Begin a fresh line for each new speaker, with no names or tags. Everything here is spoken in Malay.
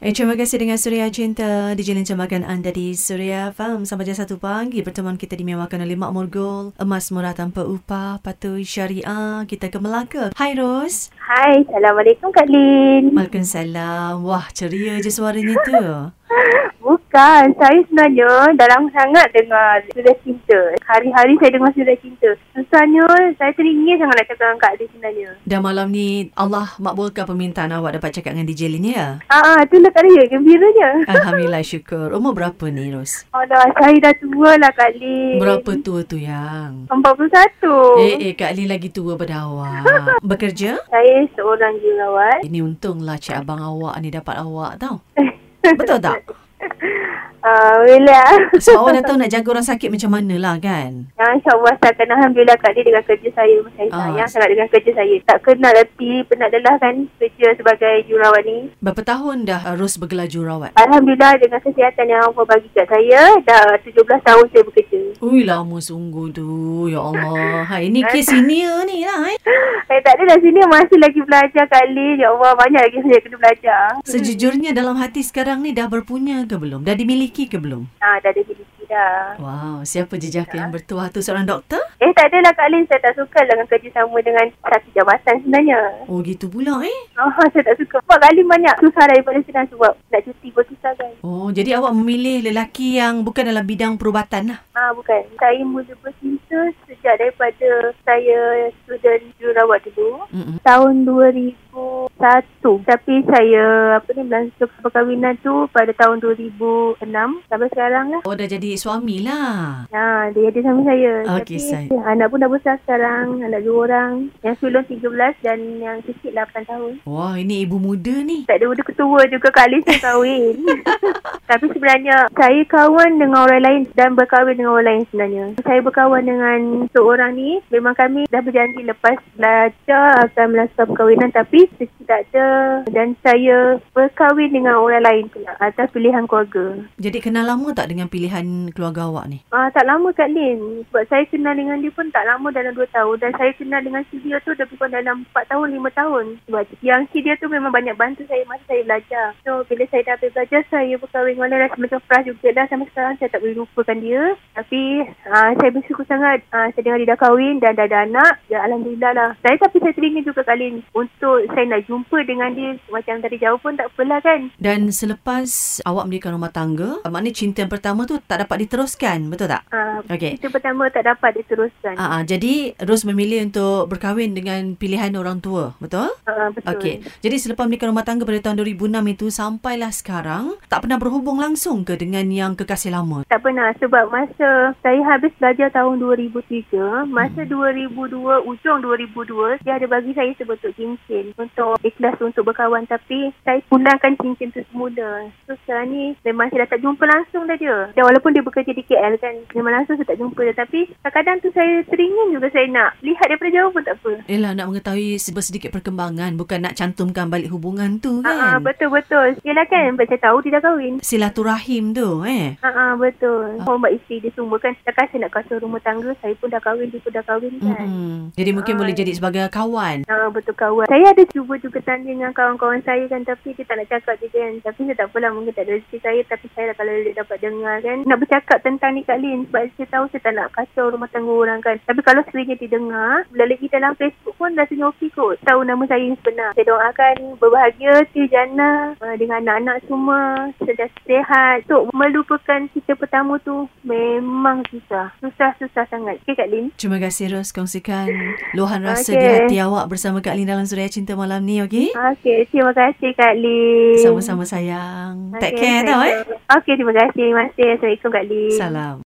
Eh, terima kasih dengan Suria Cinta. Dijilin cemakan anda di Suria Farm. Sampai jam satu pagi, pertemuan kita dimewakan oleh Mak Morgul. Emas murah tanpa upah, patuhi syariah. Kita ke Melaka. Hai Ros.
Hai, Assalamualaikum Kak Lin.
Waalaikumsalam. Wah, ceria je suaranya tu.
Bukan, saya sebenarnya dalam sangat dengar surat cinta. Hari-hari saya dengar surat cinta. Susahnya, saya teringin sangat nak cakap dengan Kak Lin sebenarnya.
Dan malam ni, Allah makbulkan permintaan awak dapat cakap dengan DJ Lin ya?
Ah, ah, itulah Kak Lin, gembiranya.
Alhamdulillah syukur. Umur berapa ni Ros?
Alah, saya dah tua lah Kak Lin.
Berapa tua tu yang?
41.
Eh, eh, Kak Lin lagi tua pada awak. Bekerja?
Saya seorang jerawat.
Ini untunglah cik abang awak ni dapat awak tau. Betul tak?
Ah, boleh lah.
Sebab awak dah tahu nak jaga orang sakit macam mana lah kan?
Yang Ya, insyaAllah saya akan Alhamdulillah Kak Lin dengan kerja saya. Saya
Ah.
sayang sangat dengan kerja saya. Tak kenal hati, penat lelah kan kerja sebagai jerawat ni.
Berapa tahun dah uh, Ros bergelar jurawat?
Alhamdulillah dengan kesihatan yang Allah bagi kat saya dah 17 tahun saya bekerja.
Ui lama sungguh tu. Ya Allah. Ha, ini kes senior ni lah eh.
Saya tak ada dah sini masih lagi belajar kali. Ya Allah banyak lagi saya kena belajar.
Sejujurnya dalam hati sekarang ni dah berpunya ke belum? Dah dimiliki ke belum?
Ha, dah ada miliki dah.
Wow, siapa jejaka yang bertuah tu seorang doktor?
Eh tak adalah Kak Lin saya tak suka lah dengan kerjasama dengan satu jabatan sebenarnya.
Oh gitu pula eh.
Oh, saya tak suka. Sebab kali banyak susah daripada senang sebab nak cuti pun susah kan.
Oh, jadi awak memilih lelaki yang bukan dalam bidang perubatan lah.
Ha, bukan. Saya mula bercinta sejak daripada saya student jururawat dulu.
Mm-mm.
tahun 2001 tapi saya apa ni melangsung perkahwinan tu pada tahun 2006 sampai sekarang lah
Oh, dah jadi suami lah.
Ha, dia ada sama saya.
Okey,
Tapi
Syed.
anak pun dah besar sekarang. Anak dua orang. Yang sulung 13 dan yang kecil 8 tahun.
Wah, ini ibu muda ni.
Tak ada budak ketua juga kali saya kahwin. Tapi sebenarnya saya kawan dengan orang lain dan berkahwin dengan orang lain sebenarnya. Saya berkawan dengan seorang ni. Memang kami dah berjanji lepas belajar akan melakukan perkahwinan tapi rezeki tak ada. Dan saya berkahwin dengan orang lain pula atas pilihan keluarga.
Jadi kenal lama tak dengan pilihan keluarga awak ni?
Ah, tak lama Kak Lin. Sebab saya kenal dengan dia pun tak lama dalam 2 tahun. Dan saya kenal dengan si dia tu lebih kurang dalam 4 tahun, 5 tahun. Sebab yang si dia tu memang banyak bantu saya masa saya belajar. So, bila saya dah habis belajar, saya berkahwin dengan dia rasa macam frah juga dah. Sampai sekarang saya tak boleh lupakan dia. Tapi, ah, saya bersyukur sangat. Ah, saya dengar dia dah kahwin dan dah ada anak. Ya, Alhamdulillah lah. Saya tapi saya teringin juga Kak Lin. Untuk saya nak jumpa dengan dia macam dari jauh pun tak apalah kan.
Dan selepas awak mendirikan rumah tangga, maknanya cinta yang pertama tu tak dapat diteruskan, betul tak?
Ah,
Okey.
itu pertama tak dapat diteruskan. Ah,
Eh. Ah, ah, jadi Ros memilih untuk berkahwin dengan pilihan orang tua, betul?
Ah, betul.
Okey. Jadi selepas mendirikan rumah tangga pada tahun 2006 itu sampailah sekarang, tak pernah berhubung langsung ke dengan yang kekasih lama?
Tak pernah sebab masa saya habis belajar tahun 2003, masa 2002, ujung 2002, dia ada bagi saya sebentuk cincin untuk ikhlas untuk berkawan tapi saya pulangkan cincin tu semula. So sekarang ni memang saya dah tak jumpa langsung dah dia. Dan walaupun dia bekerja di KL kan, memang langsung saya tak jumpa dia tapi kadang-kadang tu saya teringin juga saya nak lihat daripada jauh pun tak apa.
Yelah nak mengetahui sedikit perkembangan Bukan nak cantumkan balik hubungan tu
Ah, ah,
kan
betul-betul. Yelah kan, sebab saya tahu dia dah kahwin.
Silaturahim tu eh
Ha ah, betul. Hormat isteri dia semua kan. Takkan saya nak kata rumah tangga, saya pun dah kahwin, dia pun dah kahwin kan.
Mm-mm. Jadi mungkin
Ah.
boleh jadi sebagai kawan
Ah, betul kawan. Saya ada cuba juga tanya dengan kawan-kawan saya kan tapi dia tak nak cakap je kan. Tapi saya tak apalah mungkin tak ada rezeki saya tapi saya lah kalau dia dapat dengar kan. Nak bercakap tentang ni Kak Lin sebab saya tahu saya tak nak kacau rumah tangga orang kan. Tapi kalau sekiranya dia dengar, bila lagi dalam Facebook pun rasanya okey kot. Tahu nama saya yang sebenar. Saya doakan berbahagia Tia Jana ah, dengan anak-anak semua sedang sehat. Untuk melupakan kita pertama tu memang susah. Susah-susah sangat. Okay Kak Lin?
Terima kasih Ros kongsikan luahan rasa di
Okey.
hati awak bersama Kak Lin dalam Suria Cinta malam ni, okey?
Okay, Ah, terima kasih Kak Lin.
Sama-sama sayang. Take care tau eh.
Okey, terima kasih. Masih. Assalamualaikum Kak Lee.
Salam.